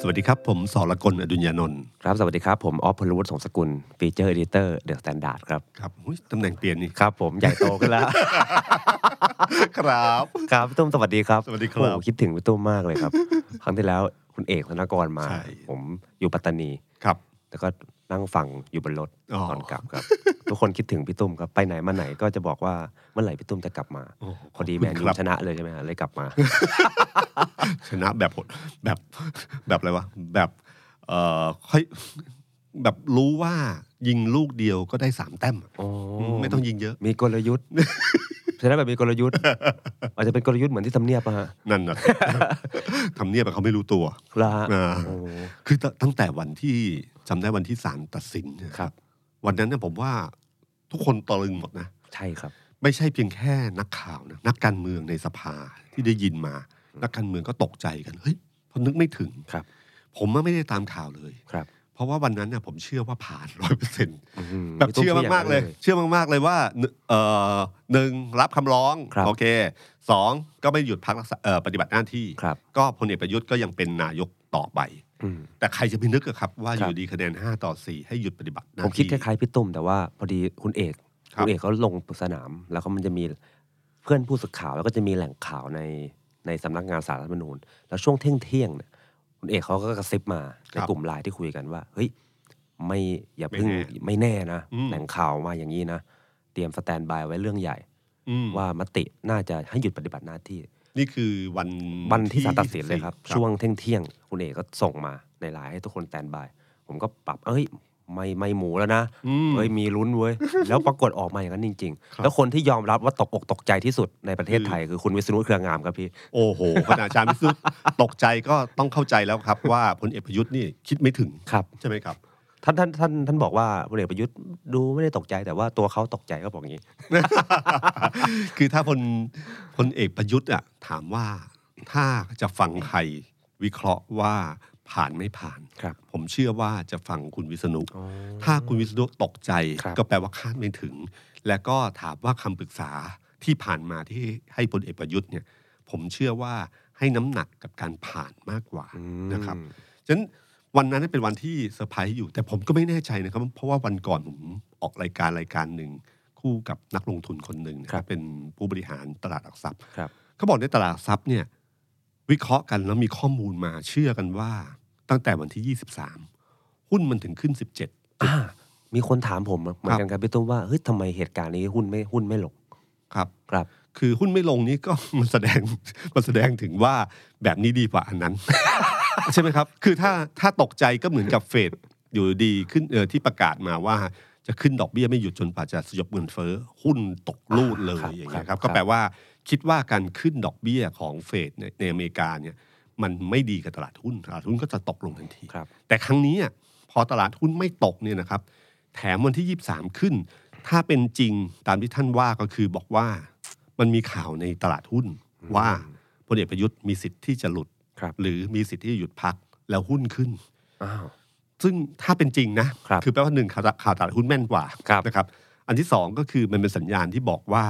สวัสดีครับ ผมสอละคนอดุญญานนท์ ครับ สวัสดีครับ ผมออฟพลวุฒิสงสกุลฟีเจอร์เอดิเตอร์เดอะสแตนดาร์ดครับ ครับอุ๊ยตำแหน่งเปลี่ยนนี่ ครับ ผมใหญ่โตขึ้นแล้ว ครับ ครับพี่ตุ้มสวัสดีครับ สวัสดีครับ โอ้โหคิดถึงพี่ตุ้มมาก เลยครับ ครั้งที่แล้วคุณเอกธนกรมา ใช่ ผมอยู่ปัตตานี ครับ แล้วก็นั่งฟังอยู่บนรถ อ๋อ ตอนกลับครับ ทุกคนคิดถึงพี่ตุ้มครับไปไหนมาไหนก็จะบอกว่าเมื่อไหร่พี่ตุ้มจะกลับมาพอดีแมนยูชนะเลยใช่ไหมฮะเลยกลับมา ชนะแบบหดแบบแบบอะไรวะ แบบเอ่อค่อยแบบรู้ว่ายิงลูกเดียวก็ได้สามแต้มอะ โอ้ อืมไม่ต้องยิงเยอะ มีกล ยุทธ์ ชนะแบบมีกลยุทธ์ อาจจะเป็นกลยุทธ์เหมือนที่ทำเนียบอะฮะ นั่นน่ะ ทำเนียบอะเขาไม่รู้ตัว ละฮะ อ่า โอ้ คือตตั้งแต่วันที่จำได้วันที่ศาลตัดสินเนย ครับ วันนั้นเนี่ยผมว่าทุกคนตะลึงหมดนะ ใช่ครับ ไม่ใช่เพียงแค่นักข่าวนะนักการเมืองในสภาที่ได้ยินมา นักการเมืองก็ตกใจกันเฮ้ยเพราะนึกไม่ถึง ครับ ผมอะไม่ได้ตามข่าวเลย ครับ เพราะว่าวันนั้นเนี่ยผมเชื่อว่าผ่านร้อยเปอร์เซ็นต์ อื้อหื แบบ ตุ้ เชื่อ อย่ง มากๆ นั้น เลย เชื่อมากๆเลยว่าหนึ่งเอ่อหนึ่งรับคำร้อง ครับ โอเคสองก็ไม่หยุดพักรักษาเอ่อปฏิบัติหน้าที่ ครับ ก็พลเอกประยุทธ์ก็ยังเป็นนายกต่อไป อืม แต่ใครจะไปนึกอะครับ ว่าอ ครับ ยู่ดีคะแนน 5 ต่อ 4 ให้หยุดปฏิบัติหน้า ผมคิด ที่ คล้ายๆพี่ตุ้มแต่ว่าพอดีคุณเอก ครับ ณเอกเขาลงสนาม แล้วก็มันจะมีเพื่อนผู้สื่อข่าวแล้วก็จะมีแหล่งข่าวในในสำนักงานสารรัฐธรรมนูญ แล้วช่วงเที่ยงเที่ยงๆเนี่ยคุณเอกเขาก็กระซิบมาในกลุ่มไลน์ที่คุยกันว่าเฮ้ยไม่อย่าเพิ่งไม่แน่นะ อืม แหล่งข่าวมาอย่างนี้นะ เตรียมสแตนบายไว้เรื่องใหญ่ อืม ว่ามติน่าจะให้หยุดปฏิบัติหน้าที่ นี่คือวัน วันที่สารตัดสินเลยครับ 24 ช่วงเที่ยงเที่ยงๆคุณเอกก็ส่งมาในไลน์ให้ทุกคนแตนบาย ผมก็ปรับเอ้ย ไม่ไม่หมูแล้วนะ อืม เอ้ยมีลุ้นเว้ย แล้วปรากฏออกมาอย่างนั้นจริง ครับ ๆ แล้วคนที่ยอมรับว่าตกอกตกใจที่สุดในประเทศไทยคือคุณวิษณุเครืองามครับพี่ โอ้โหขนาดอาจารย์พิสุทธิ์ตกใจก็ต้องเข้าใจแล้วครับ ว่าพลเอกประยุทธ์นี่คิดไม่ถึง ครับ ใช่ไหมครับ ท่านท่านท่านท่านบอกว่าพลเอกประยุทธ์ดูไม่ได้ตกใจแต่ว่าตัวเขาตกใจก็บอกอย่างนี้ คือถ้าพลพลเอกประยุทธ์อะถามว่าถ้าจะฟังใครวิเคราะห์ว่าผ่านไม่ผ่าน ครับ ผมเชื่อว่าจะฟังคุณวิษณุ ถ้าคุณวิษณุตกใจ ครับ ก็แปลว่าคาดไม่ถึง และก็ถามว่าคำปรึกษาที่ผ่านมาที่ให้พลเอกประยุทธ์เนี่ย ผมเชื่อว่าให้น้ำหนักกับการผ่านมากกว่านะครับฉะนั้นวันนั้นเป็นวันที่เซอร์ไพรส์อยู่ แต่ผมก็ไม่แน่ใจนะครับ เพราะว่าวันก่อนผมออกรายการรายการหนึ่งคู่กับนักลงทุนคนหนึ่งนะค ครั รับบ เป็นผู้บริหารตลาดหลักทรัพย์ ครับ เขาบอกในตลาดหลักทรัพย์เนี่ยวิเคราะห์กันแล้วมีข้อมูลมาเชื่อกันว่า ตั้งแต่วันที่ 23 หุ้นมันถึงขึ้น อ่ามีคนถามผมเหมือนกันครับพี่ตุ้มว่าเฮ้ยทำไมเหตุการณ์นี้หุ้นไม่หุ้นไม่ลง 17 ครับ ครับ คือหุ้นไม่ลงนี่ก็ มันแสดงมันแสดงถึงว่าแบบนี้ดีกว่าอัน นั้น ใช่ไหมครับ คือถ้าถ้าตกใจก็เหมือนกับเฟดอยู่ดีขึ้นเออที่ประกาศมาว่าจะขึ้นดอกเบี้ยไม่หยุดจนกว่าจะสยบเงินเฟ้อหุ้นตกลูดเลย ครับ อย่างเงี้ยค ครั รับบ ก็แปลว่าคิดว่าการขึ้นดอกเบี้ยของเฟดในในอเมริกาเนี่ยมันไม่ดีกับตลาดหุ้นตลาดหุ้นก็จะตกลงทันที ครับ แต่ครั้งนี้อ่ะพอตลาดหุ้นไม่ตกเนี่ยนะครับ แถมวันที่ 23 ขึ้น ถ้าเป็นจริงตามที่ท่านว่าก็คือบอกว่ามันมีข่าวในตลาดหุ้นว่าพลเอกประยุทธ์มีสิทธิ์ที่จะหลุด ครับ หรือมีสิทธิ์ที่จะหยุดพักแล้วหุ้นขึ้น อ้าว ซึ่งถ้าเป็นจริงนะครับ อแปลว่าหนึ่งข่าวข่าวตลาดหุ้นแม่นกว่า ครับ นะครับอันที่สองก็คือมันเป็นสัญญาณที่บอกว่า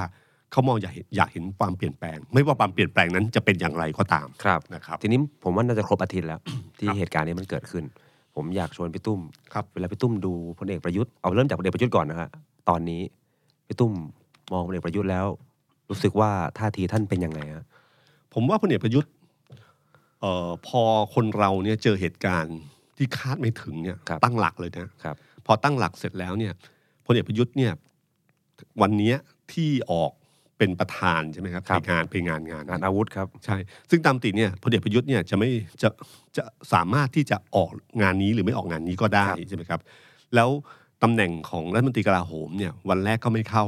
เขามองอยากเห็นอยากเห็นความเปลี่ยนแปลง ไม่ว่าความเปลี่ยนแปลงนั้นจะเป็นอย่างไรก็ตาม ครับ นะครับ ทีนี้ผมว่าน่าจะครบอาทิตย์ แล้ว ที่เหตุการณ์นี้มันเกิดขึ้น ผมอยากชวนพี่ตุ้ม ครับ เวลาพี่ตุ้มดูพลเอกประยุทธ์เอาเริ่มจากพลเอกประยุทธ์ก่อนนะครับตอนนี้พี่ตุ้มมองพลเอกประยุทธ์แล้ว รู้สึกว่าท่าทีท่านเป็นยังไงฮะ ผมว่าพลเอกประยุทธ์เอ่อพอคนเราเนี่ยเจอเหตุการณ์ที่คาดไม่ถึงเนี่ย ครับ ตั้งหลักเลยนะครับ พอตั้งหลักเสร็จแล้วเนี่ยพลเอกประยุทธ์เนี่ยวันเนี้ยที่ออกเป็นประธานใช่ไหมครับ ครั ไป บ งานไปงานงาน งานอาวุธครับ ใช่ซึ่งตามปกติเนี่ยพลเอกประยุทธ์เนี่ยจะไม่จะจะสามารถที่จะออกงานนี้หรือไม่ออกงานนี้ก็ได้ ครับ ใช่ไหมครับ แล้วตำแหน่งของรัฐมนตรีกลาโหมเนี่ยวันแรกก็ไม่เข้า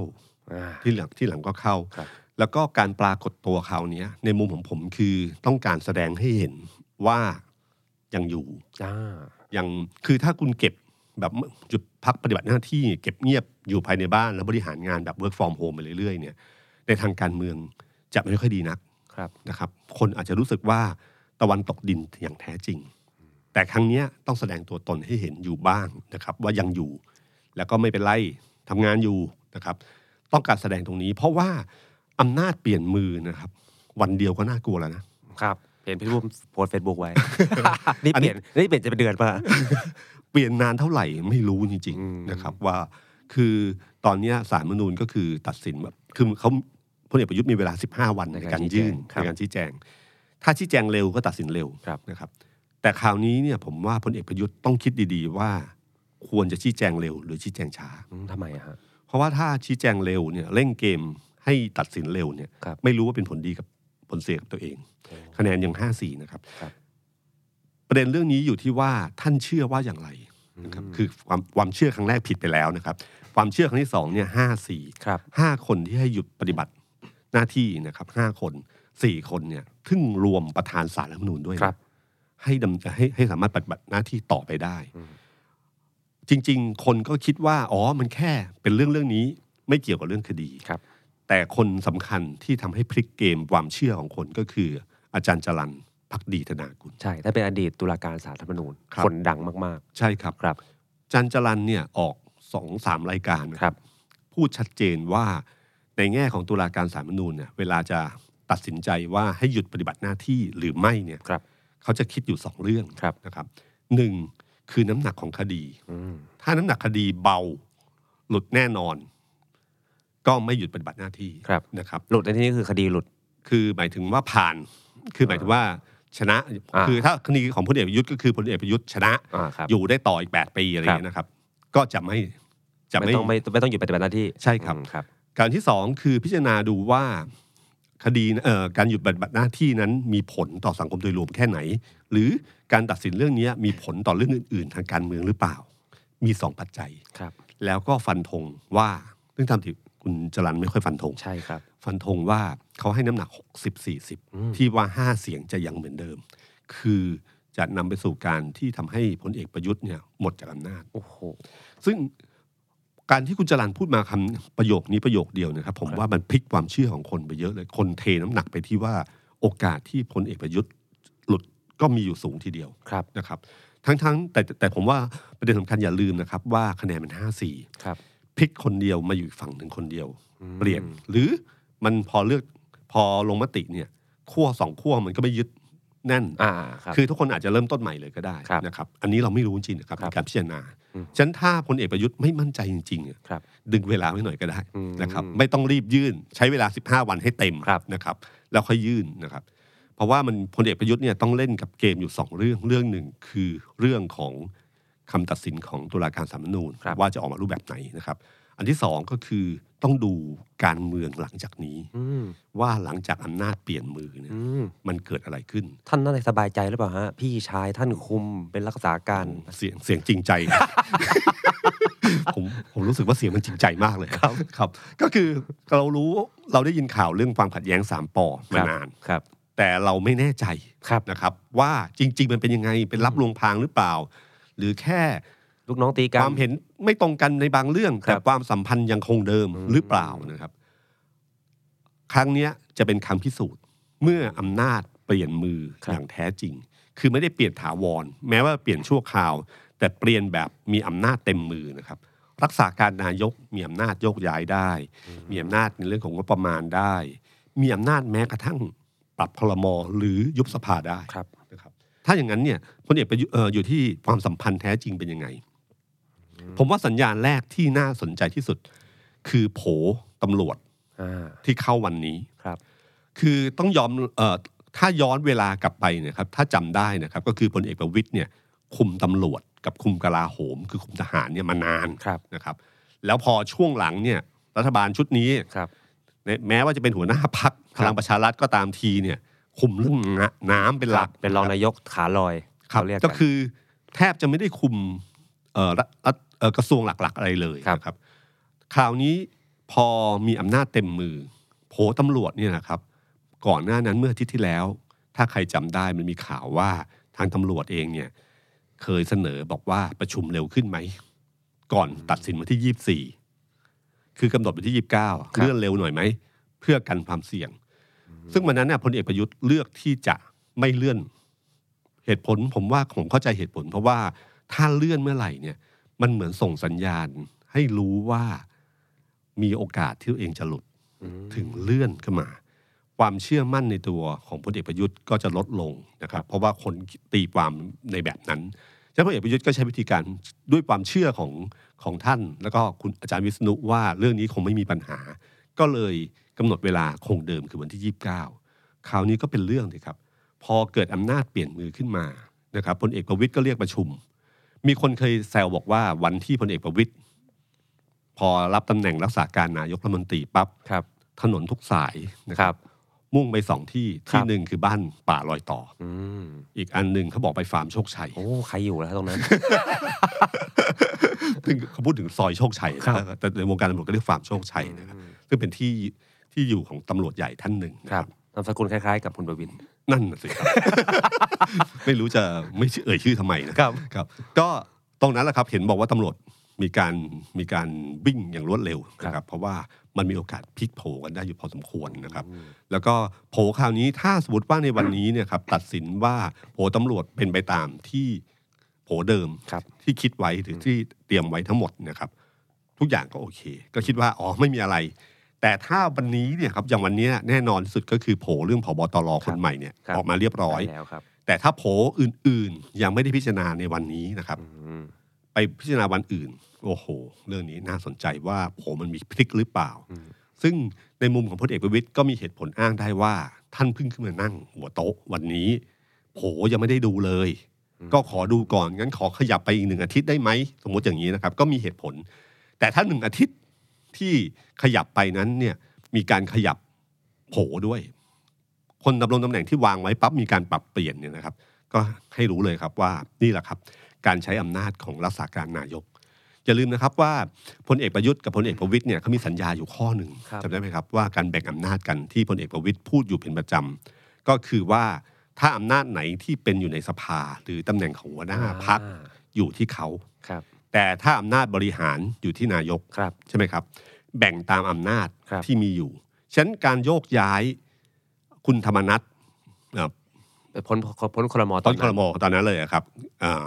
อ่า ที่หลังที่หลังก็เข้า ครับ แล้วก็การปรากฏตัวคราวเนี้ย ในมุมของผมคือต้องการแสดงให้เห็นว่ายังอยู่ อ่า ยังคือถ้าคุณเก็บแบบหยุดพักปฏิบัติหน้าที่เก็บเงียบอยู่ภายในบ้าน แล้วบริหารงานแบบ work from home ไปเรื่อยๆเนี่ยในทางการเมืองจะไม่ค่อยดีนัก ครับ นะครับคนอาจจะรู้สึกว่าตะวันตกดินอย่างแท้จริง แต่ครั้งเนี้ยต้องแสดงตัวตนให้เห็นอยู่บ้างนะครับ ว่ายังอยู่ แล้วก็ไม่เป็นไรทำงานอยู่นะครับ ต้องการแสดงตรงนี้ เพราะว่าอำนาจเปลี่ยนมือนะครับ วันเดียวก็น่ากลัวแล้วนะ ครับเปลี่ยนพี่ร่วมโพสเฟซบุ๊กไว้ นี่เปลี่ยนนี่เปลี่ยนจะ เป็นเดือนป่ะ เปลี่ยนนานเท่าไหร่ไม่รู้จริง อืม ๆนะครับว่าคือตอนเนี้ยสารรัฐธรรมนูญก็คือตัดสินแบบคือเขาพลเอกประยุทธ์มีเวลา 15 วันในการยื่นในการชี้แจง ถ้าชี้แจงเร็วก็ตัดสินเร็ว ครับ นะครับ แต่คราวนี้เนี่ยผมว่าพลเอกประยุทธ์ต้องคิดดีๆ ว่า ควรจะชี้แจงเร็ว หรือชี้แจงช้า อืมทำไมอะฮะ เพราะว่าถ้าชี้แจงเร็วเนี่ยเร่งเกมให้ตัดสินเร็วเนี่ย ครับ ไม่รู้ว่าเป็นผลดีกับผลเสียกับตัวเอง โอ้ คะแนนอย่างห้าสี่นะครับ ครับ ประเด็นเรื่องนี้อยู่ที่ว่าท่านเชื่อว่าอย่างไรนะครับคือความความเชื่อครั้งแรกผิดไปแล้วนะครับ ความเชื่อครั้งที่สองเนี่ยห้าสี่ ครับ ห้าคนที่ให้หยุดปฏิบัติหน้าที่นะครับห้าคนสี่คนเนี่ยทึ่งรวมประธานสารรัฐธรรมนูญด้วยนะครับ ให้ดำให้ให้สามารถปฏิบัติหน้าที่ต่อไปได้ จริง ๆ คนก็คิดว่าอ๋อมันแค่เป็นเรื่องเรื่องนี้ไม่เกี่ยวกับเรื่องคดี ครับ แต่คนสำคัญที่ทำให้พลิกเกมความเชื่อของคนก็คือ อาจารย์จรันพักดีธนากุล ใช่ ถ้าเป็นอดีตตุลาการศาลรัฐธรรมนูญ ครับ คนดังมาก ใช่ครับ ๆ ครับ จันจรันเนี่ยออกสองสามรายการนะครับ พูดชัดเจนว่าในแง่ของตุลาการสาลรฐธรรมนูญเนี่ยเวลาจะตัดสินใจว่าให้หยุดปฏิบัติหน้าที่หรือไม่เนี่ย ครับ เขาจะคิดอยู่สองเรื่อง ครับ นะครับหนึ่งคือน้ำหนักของคดี อืม ถ้าน้ำหนักคดีเบาหลุดแน่นอน ก็ไม่หยุดปฏิบัติหน้าที่ ครับ นะครับ หลุดในที่นี้คือคดีหลุด คือหมายถึงว่าผ่าน คือหมายถึงว่าชนะ อ่า คือถ้าคดีของพลเอกประยุทธ์ก็คือพลเอกประยุทธ์ชนะ อ่าครับ อยู่ได้ต่ออีก 8 ปีอะไรอย่างเงี้ยนะครับ ก็จะไม่ จะไม่ไม่ต้องไม่ไม่ต้องหยุดปฏิบัติหน้าที่ ใช่ครับ อืมครับ การที่ 2 คือพิจารณาดูว่าคดีเอ่อการหยุดปฏิบัติหน้าที่นั้นมีผลต่อสังคมโดยรวมแค่ไหน หรือการตัดสินเรื่องเนี้ยมีผลต่อเรื่องอื่น ๆ ทางการเมืองหรือเปล่า มี 2 ปัจจัย ครับ แล้วก็ฟันธงว่าซึ่งทำที่คุณจรันไม่ค่อยฟันธง ใช่ครับ ฟันธงว่าเขาให้น้ำหนัก 60 40 ที่ว่า 5 เสียงจะยังเหมือนเดิม คือจะนำไปสู่การที่ทำให้พลเอกประยุทธ์เนี่ยหมดจากอำนาจ โอ้โห ซึ่งการที่คุณจรันพูดมาคำประโยคนี้ประโยคเดียวนะครับ ผม ครับ ว่ามันพลิกความเชื่อของคนไปเยอะเลย คนเทน้ำหนักไปที่ว่าโอกาสที่พลเอกประยุทธ์หลุดก็มีอยู่สูงทีเดียว ครับ นะครับ ทั้งๆแต่แต่ผมว่าประเด็นสำคัญอย่าลืมนะครับ ว่าคะแนนมัน 5-4 ครับ พลิกคนเดียวมาอยู่อีกฝั่งหนึ่งคนเดียว เปลี่ยน หรือมันพอเลือกพอลงมติเนี่ยขั้วสองขั้วมันก็ไม่ยึดแน่น อ่าครับ คือทุกคนอาจจะเริ่มต้นใหม่เลยก็ได้ ครับ นะครับ อันนี้เราไม่รู้จริงๆนะครับ ครับ ในการพิจารณา อืม ฉะนั้นถ้าพลเอกประยุทธ์ไม่มั่นใจจริงๆอะ ครับ ดึงเวลาไว้หน่อยก็ได้ อืม นะครับ ไม่ต้องรีบยื่นใช้เวลา 15 วันให้เต็ม ครับ นะครับ แล้วค่อยยื่นนะครับ เพราะว่ามันพลเอกประยุทธ์เนี่ยต้องเล่นกับเกมอยู่สองเรื่องเรื่องหนึ่งคือเรื่องของคำตัดสินของตุลาการสาลรฐธรรมนูญ ครับ ว่าจะออกมารูปแบบไหนนะครับ อันที่สองก็คือต้องดูการเมืองหลังจากนี้ อืม ว่าหลังจากอำนาจเปลี่ยนมือเนี่ย อืม มันเกิดอะไรขึ้น ท่านน่าจะสบายใจหรือเปล่าฮะ พี่ชายท่านคุมเป็นรักษาการ เสียงเสียงจริง ใจ ผมผมรู้สึกว่าเสียงมันจริงใจมากเลยครับครับ ก็คือเรารู้เราได้ยินข่าวเรื่องความขัดแย้งสามปอมา ครับ นาน ครับ แต่เราไม่แน่ใจ ครับ นะครับ ว่าจริง ๆ มันเป็นยังไงเป็นรับลวงพรางหรือเปล่า หรือแค่ ลูกน้องตีกั คน วามเห็นไม่ตรงกันในบางเรื่อง ครั แต่ บ ความสัมพันธ์ยังคงเดิม อืม หรือเปล่านะครับ ครั้งเนี้ยจะเป็นคำพิสูจน์ เมื่ออำนาจเปลี่ยนมืออย่างแท้จริง คือไม่ได้เปลี่ยนถาวร แม้ว่าเปลี่ยนชั่วคราว แต่เปลี่ยนแบบมีอำนาจเต็มมือนะครับ รักษาการนายกมีอำนาจโยกย้ายได้ มีอำนาจในเรื่องของงบประมาณได้ มีอำนาจแม้กระทั่งปรับพลมหรือยุบสภาได้ ครับ นะครับ ถ้าอย่างนั้นเนี่ยพลเอกประยุทธ์เอ่ออยู่ที่ความสัมพันธ์แท้จริงเป็นยังไง ผมว่าสัญญาณแรกที่น่าสนใจที่สุด คือโผตำรวจ อ่า ที่เข้าวันนี้ ครับ คือต้องยอมเอ่อถ้าย้อนเวลากลับไปเนยครับถ้าจำได้นะครับ ก็คือพลเอกประวิตยเนี่ยคุมตำรวจกับคุมกลาโหม คือคุมทหารเนี่ยมานาน ครับ นะครับ แล้วพอช่วงหลังเนี่ยรัฐบาลชุดนี้ ครับ เนี่ยแม้ว่าจะเป็นหัวหน้าพักพลังประชารัฐก็ตามทีเนี่ยคุมเรื่องน้ำน้ำเป็นหลัก เป็นรองนายกขาลอย ครับ เขาเรียก ก็ น คือแทบจะไม่ได้คุมเอ่อรัฐรัฐเอ่อกระทรวงหลักๆ อะไรเลย ครับ นะครับ คราวนี้พอมีอำนาจเต็มมือโผตำรวจเนี่ยนะครับ ก่อนหน้านั้นเมื่ออาทิตย์ที่แล้ว ถ้าใครจำได้มันมีข่าวว่าทางตำรวจเองเนี่ยเคยเสนอบอกว่าประชุมเร็วขึ้นไหม ก่อนตัดสินวันที่ยี่สี่คือกำหนดวันที่ยี่บเก้าเลื่อนเร็วหน่อยไหม เพื่อกันความเสี่ยง ซึ่งวันนั้นน่ะพลเอกประยุทธ์เลือกที่จะไม่เลื่อน เหตุผลผมว่าผมเข้าใจเหตุผล เพราะว่าถ้าเลื่อนเมื่อไหร่เนี่ย มันเหมือนส่งสัญญาณ ให้รู้ว่ามีโอกาสที่ตัวเองจะหลุด ถึงเลื่อนขึ้นมา ความเชื่อมั่นในตัวของพลเอกประยุทธ์ก็จะลดลงนะครับ เพราะว่าคนตีความในแบบนั้นฉะนั้นพลเอกประยุทธ์ก็ใช้วิธีการด้วยความเชื่อของของท่าน แล้วก็คุณอาจารย์วิษณุว่าเรื่องนี้คงไม่มีปัญหา ก็เลยกำหนดเวลาคงเดิมคือวันที่ 29 คราวนี้ก็เป็นเรื่องเลยครับ พอเกิดอำนาจเปลี่ยนมือขึ้นมานะครับพลเอกประวิตยก็เรียกประชุม มีคนเคยแซวบอกว่าวันที่พลเอกประวิตยพอรับตำแหน่งรักษาการนายกรัฐมนตรีปั๊บ ครับ ถนนทุกสายนะครับ มุ่งไปสองที่ ครั ที่ บ หนึ่งคือบ้านป่าลอยต่อ อืม อีกอันหนึ่งเขาบอกไปฟาร์มโชคชัย โอ้ใครอยู่แล้วตรงนั้น ซึ่งเขาพูดถึงซอยโชคชัย ครับ แต่ในวงการตำรวจก็เรียกฟาร์มโชคชัยนะครับซึ่งเป็นที่ที่อยู่ของตำรวจใหญ่ท่านหนึ่งนะ ค ค รั รั บบ นามสกุลคล้ายๆ กับคุณประวิน นั่นน่ะสิครับ ไม่รู้จะไม่เอ่ยชื่อทำไมนะครับครับ ก็ตรงนั้นแหละครับเห็นบอกว่าตำรวจมีการมีการวิ่งอย่างรวดเร็วนะครับ เพราะว่ามันมีโอกาสพลิกโผกันได้อยู่พอสมควรนะครับ แล้วก็โผคราวนี้ถ้าสมมติว่าในวันนี้เนี่ยครับตัดสินว่าโผตำรวจเป็นไปตามที่โผเดิม ครับ ที่คิดไว้หรือที่เตรียมไว้ทั้งหมดนะครับ ทุกอย่างก็โอเค ก็คิดว่าอ๋อไม่มีอะไร แต่ถ้าวันนี้เนี่ยครับอย่างวันเนี้ยแน่นอนที่สุดก็คือโผเรื่องผบตรคนใหม่เนี่ย ครับ ออกมาเรียบร้อย ได้แล้วครับ แต่ถ้าโผอื่นๆ ยังไม่ได้พิจารณาในวันนี้นะครับ อืม ไปพิจารณาวันอื่น โอ้โห เรื่องนี้น่าสนใจว่าโผมันมีพลิกหรือเปล่า ซึ่งในมุมของพลเอกประวิตยก็มีเหตุผลอ้างได้ว่า ท่านเพิ่งขึ้นมานั่ง หัวโต๊ะวันนี้โผยังไม่ได้ดูเลย ก็ขอดูก่อนงั้นขอขยับไปอีกหนึ่งอาทิตย์ได้ไหมสมมติอย่างนี้นะครับ ก็มีเหตุผล แต่ถ้าหนึ่งอาทิตย์ที่ขยับไปนั้นเนี่ยมีการขยับโผด้วย คนดำรงตำแหน่งที่วางไว้ปั๊บมีการปรับเปลี่ยนเนี่ยนะครับ ก็ให้รู้เลยครับว่านี่แหละครับ การใช้อำนาจของรักษาการนายก อย่าลืมนะครับว่าพลเอกประยุทธ์กับพลเอกประวิตยเนี่ยเขามีสัญญาอยู่ข้อหนึ่ง ครับ จำได้ไหมครับว่าการแบ่งอำนาจกันที่พลเอกประวิตยพูดอยู่เป็นประจำก็คือว่าถ้าอำนาจไหนที่เป็นอยู่ในสภา หรือตำแหน่งของหัวหน้าพัก อ่า อยู่ที่เขา ครับ แต่ถ้าอำนาจบริหารอยู่ที่นายก ครับ ใช่ไหมครับ แบ่งตามอำนาจ ครับ ที่มีอยู่ฉะนั้นการโยกย้ายคุณธรรมนัฐเอ่อ ไปพ้นพ้นครม ตอนครมตอนนั้นเลยอะครับอ่า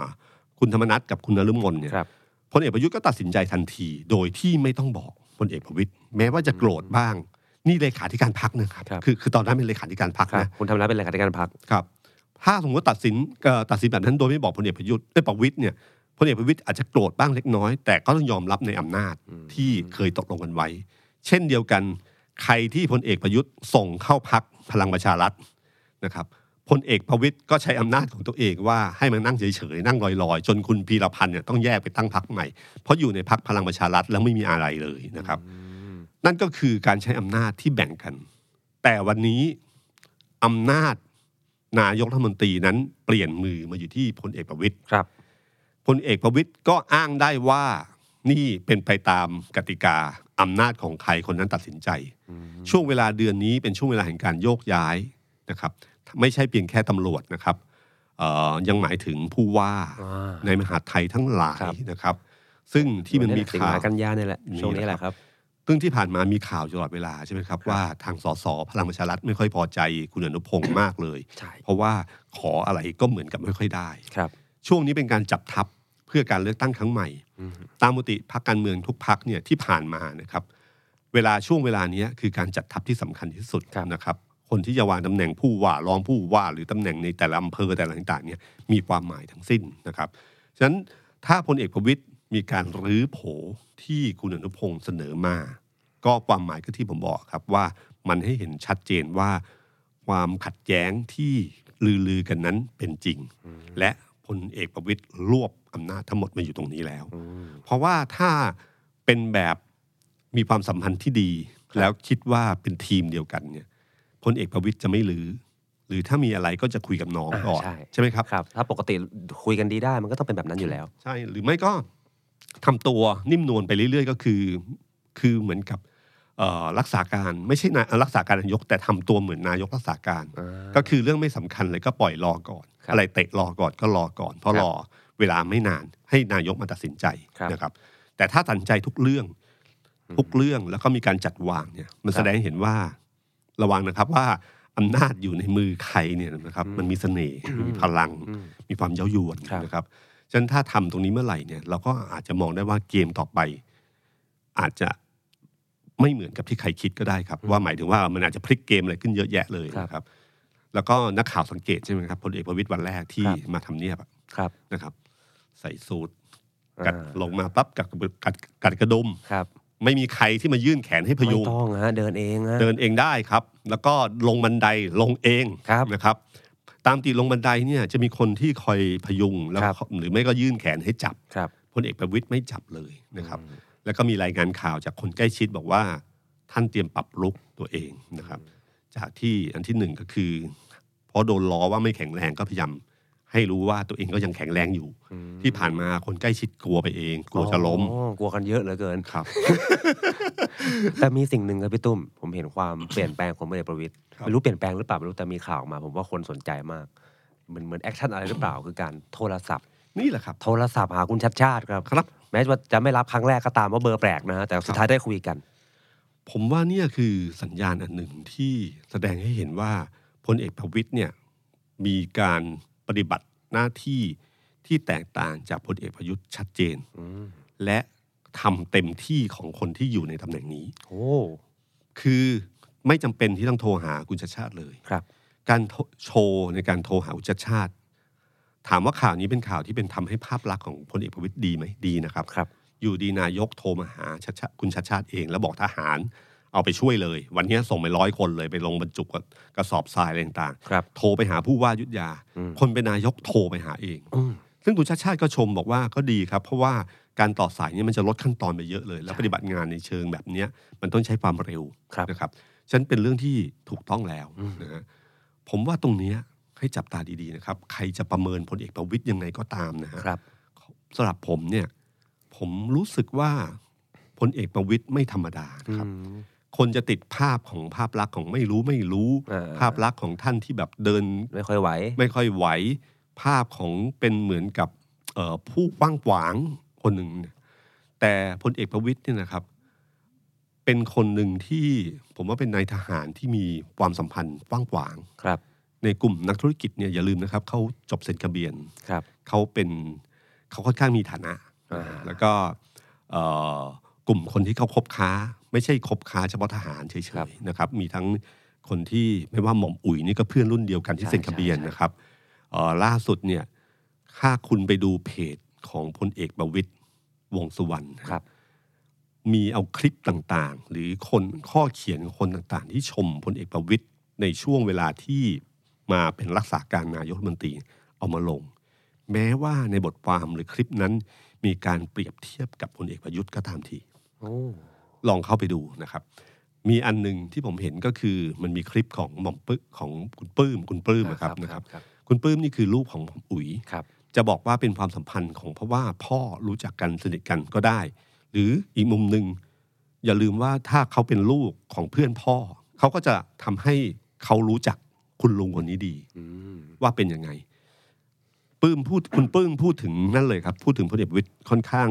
คุณธรรมนัฐกับคุณนฤมลเนี่ย ครับ พลเอกประยุทธ์ก็ตัดสินใจทันที โดยที่ไม่ต้องบอกพลเอกประวิตยแม้ว่าจะโกรธบ้าง นี่เลขาธิการพักนะครับ ครับ คือคือตอนนั้นเป็นเลขาธิการพัก ครับ นะ คุณทำร้ายเป็นรายการการพัก ครับถ้าสมมติตัดสินเอ่อตัดสินแบบนั้นโดยไม่บอกพลเอกประยุทธ์เอ้ยประวิตยเนี่ยพลเอกประวิตยอาจจะโกรธบ้างเล็กน้อย แต่ก็ต้องยอมรับในอำนาจที่เคยตกลงกันไว้ เช่นเดียวกัน ใครที่พลเอกประยุทธ์ส่งเข้าพักพลังประชารัฐนะครับพลเอกประวิตยก็ใช้อำนาจของตัวเองว่าให้มันนั่งเฉยๆนั่งลอยๆ จนคุณพีรพันธ์เนี่ยต้องแยกไปตั้งพักใหม่ เพราะอยู่ในพักพลังประชารัฐแล้วไม่มีอะไรเลยนะครับ นั่นก็คือการใช้อำนาจที่แบ่งกัน แต่วันนี้อำนาจนายกรัฐมนตรีนั้นเปลี่ยนมือมาอยู่ที่พลเอกประวิตย ครับ พลเอกประวิตยก็อ้างได้ว่านี่เป็นไปตามกติกาอำนาจของใครคนนั้นตัดสินใจ ช่วงเวลาเดือนนี้เป็นช่วงเวลาแห่งการโยกย้ายนะครับ ไม่ใช่เพียงแค่ตำรวจนะครับเอ่อยังหมายถึงผู้ว่า อ่า ในมหาดไทยทั้งหลา ครั ย บ นะครับ ซึ่งที่มันมี สิง ข่า หาว กันยาเนี่ยแหละ นี่ ช่วงนี้แหละครับ ซึ่งที่ผ่านมามีข่าวอยู่ตลอดเวลาใช่ไหมครับ ว่าทางสสพลังประชารัฐไม่ค่อยพอใจคุณอนุพงศ์มากเลย ใช่ เพราะว่าขออะไรก็เหมือนกับไม่ค่อยได้ ครับ ช่วงนี้เป็นการจับทัพเพื่อการเลือกตั้งครั้งใหม่ ตามมติพักการเมืองทุกพักเนี่ยที่ผ่านมานะครับ เวลาช่วงเวลาเนี้ยคือการจัดทัพที่สำคัญที่สุด ครับ นะครับ คนที่จะวางตำแหน่งผู้ว่ารองผู้ว่าหรือตำแหน่งในแต่ละอำเภอแต่ละต่างๆเนี่ยมีความหมายทั้งสิ้นนะครับ ฉะนั้นถ้าพลเอกประวิตยมีการรื้อโผที่คุณอนุพงศ์เสนอมา ก็ความหมายก็ที่ผมบอกครับว่ามันให้เห็นชัดเจนว่า ความขัดแย้งที่ลือๆกันนั้นเป็นจริง และพลเอกประวิตยรวบอำนาจทั้งหมดมาอยู่ตรงนี้แล้ว เพราะว่าถ้าเป็นแบบมีความสัมพันธ์ที่ดี แล้วคิดว่าเป็นทีมเดียวกันเนี่ยพลเอกประวิตยจะไม่ลือ หรือถ้ามีอะไรก็จะคุยกับน้องก่อน อ่าใช่ ไหมครับ ครับ ถ้าปกติคุยกันดีได้มันก็ต้องเป็นแบบนั้นอยู่แล้ว ใช่หรือไม่ก็ทำตัวนิ่มนวลไปเรื่อยๆ ก็คือ คือเหมือนกับเอ่อรักษาการไม่ใช่นายรักษาการนายกแต่ทำตัวเหมือนนายกรักษาการ ก็คือเรื่องไม่สำคัญเลยก็ปล่อยรอก่อน ครับ อะไรเตะรอก่อนก็รอก่อน เพราะ ครัรบอเวลาไม่นานให้นายกมาตัดสินใจ ครับ นะครับ แต่ถ้าตัดสินใจทุกเรื่องทุกเรื่องแล้วก็มีการจัดวางเนี่ยมันแสดงให้เห็นว่าระวังนะครับว่า อำนาจอยู่ในมือใครเนี่ยนะครับ มันมีเสน่ห์มีพลัง อืม มีความเย้ายวน ครับ นะครับ ฉะนั้นถ้าทำตรงนี้เมื่อไหร่เนี่ยเราก็อาจจะมองได้ว่าเกมต่อไป อาจจะไม่เหมือนกับที่ใครคิดก็ได้ครับ ว่าหมายถึงว่ามันอาจจะพลิกเกมอะไรขึ้นเยอะแยะเลยนะครับ แล้วก็นักข่าวสังเกตใช่ไหมครับพลเอกประวิตยวันแรกที่ ครับ มาทำเนียบอะ ครับ นะครับ ใส่สูตรกัด อ่า ลงมาปั๊บกัดกัดกัดกระดม ครับ ไม่มีใครที่มายื่นแขนให้พ ไม่ ยุง ต้องฮะเดินเองฮะ เดินเองได้ครับ แล้วก็ลงบันไดลงเอง ครับ นะครับ ตามตีลงบันไดเนี่ยจะมีคนที่คอยพยุงแล้วก็หรือไม่ก็ยื่นแขนให้จับ ครับ พลเอกประวิตยไม่จับเลยนะครับ แล้วก็มีรายงานข่าวจากคนใกล้ชิดบอกว่า ท่านเตรียมปรับลุกตัวเองนะครับ จากที่อันที่หนึ่งก็คือเพราะโดนล้อว่าไม่แข็งแรงก็พยายามให้รู้ว่าตัวเองก็ยังแข็งแรงอยู่ ที่ผ่านมาคนใกล้ชิดกลัวไปเอง กลัวจะล้ม อ๋อกลัวกันเยอะเหลือเกิน ครับ แต่มีสิ่งหนึ่งครับพี่ตุ้ม ผมเห็นความเปลี่ยนแปลงของพลเอกประวิตย ครับ ไม่รู้เปลี่ยนแปลงหรือเปล่าไม่รู้แต่มีข่าวออกมา ผมว่าคนสนใจมากเหมือนเหมือนแอคชั่นอะไรหรือเปล่าคือการโทรศัพท์ นี่แหละครับ โทรศัพท์หาคุณชัดชาติครับ ครับ แม้ว่าจะไม่รับครั้งแรกก็ตามว่าเบอร์แปลกนะฮะแต่สุดท้ายได้คุยกัน ผมว่าเนี่ยคือสัญญาณอันหนึ่งที่แสดงให้เห็นว่าพลเอกประวิตยเนี่ยมีการปฏิบัติหน้าที่ที่แตกต่างจากพลเอกประยุทธ์ชัดเจน อืม และทำเต็มที่ของคนที่อยู่ในตำแหน่งนี้ โอ้ คือไม่จำเป็นที่ต้องโทรหาคุณชาติชาติเลย ครับ การโทโชว์ในการโทรหาคุณชาติชาติ ถามว่าข่าวนี้เป็นข่าวที่เป็นทำให้ภาพลักษณ์ของพลเอกประวิตยดีไหมดีนะครับ ครับ อยู่ดีนายกโทรมาหาชาชาคุณชาชาติเอง แล้วบอกทหารเอาไปช่วยเลย วันนี้ส่งไปร้อยคนเลยไปลงบรรจุกับกระสอบทรายอะไรต่างๆ ครับ โทรไปหาผู้ว่ายุทธยา อืม คนเป็นนายกโทรไปหาเอง อืม ซึ่งคุณชาชาติก็ชมบอกว่าก็ดีครับ เพราะว่าการต่อสายเนี่ยมันจะลดขั้นตอนไปเยอะเลย แล้ว ใช่ ปฏิบัติงานในเชิงแบบเนี้ยมันต้องใช้ความเร็ว ครับ นะครับฉะนันเป็นเรื่องที่ถูกต้องแล้ว อืม นะฮะผมว่าตรงเนี้ยให้จับตาดีๆนะครับใครจะประเมินพลเอกประวิตยยังไงก็ตามนะฮะ ครับ สำหรับผมเนี่ยผมรู้สึกว่าพลเอกประวิตยไม่ธรรมดานะครับ อืม คนจะติดภาพของภาพลักษณ์ของไม่รู้ไม่รู้ อ่า ภาพลักษณ์ของท่านที่แบบเดิน ไม่ค่อยไหว ไม่ค่อยไหว ภาพของเป็นเหมือนกับเอ่อผู้กว้างขวางคนหนึ่งเนี่ยแต่พลเอกประวิตยเนี่ยนะครับ เป็นคนหนึ่งที่ผมว่าเป็นนายทหารที่มีความสัมพันธ์กว้างขวาง ครับ ในกลุ่มนักธุรกิจเนี่ยอย่าลืมนะครับเขาจบเซ็นกระเบียน ครับ เขาเป็นเขาค่อนข้างมีฐานะ อ่า แล้วก็เอ่อกลุ่มคนที่เขาคบค้า ไม่ใช่คบค้าเฉพาะทหารเฉยๆนะครับ มีทั้งคนที่ไม่ว่าหม่อมอุ๋ยนี่ก็เพื่อนรุ่นเดียวกันที่เซ็นทะเบียนนะครับเอ่อล่าสุดเนี่ยถ้าคุณไปดูเพจของพลเอกประวิตยวงษ์สุวรรณนะครับ มีเอาคลิปต่างๆ หรือคนข้อเขียนของคนต่างๆ ที่ชมพลเอกประวิตยในช่วงเวลาที่มาเป็นรักษาการนายกรัฐมนตรีเอามาลง แม้ว่าในบทความหรือคลิปนั้น มีการเปรียบเทียบกับพลเอกประยุทธ์ก็ตามที โอ้ ลองเข้าไปดูนะครับ มีอันหนึ่งที่ผมเห็นก็คือมันมีคลิปของหม่อมปึ๊กของคุณปื้มคุณปื้มนะครับนะครับ ครับ คุณปื้มนี่คือลูกของหม่อมอุ๋ย ครับ จะบอกว่าเป็นความสัมพันธ์ของเพราะว่าพ่อรู้จักกันสนิทกันก็ได้ หรืออีกมุมหนึ่งอย่าลืมว่าถ้าเขาเป็นลูกของเพื่อนพ่อ เขาก็จะทำให้เขารู้จักคุณลุงคนนี้ดี อืม ว่าเป็นยังไงปื้มพูดคุณปื้มพูดถึงนั่นเลยครับ พูดถึงพลเอกประวิตยค่อนข้าง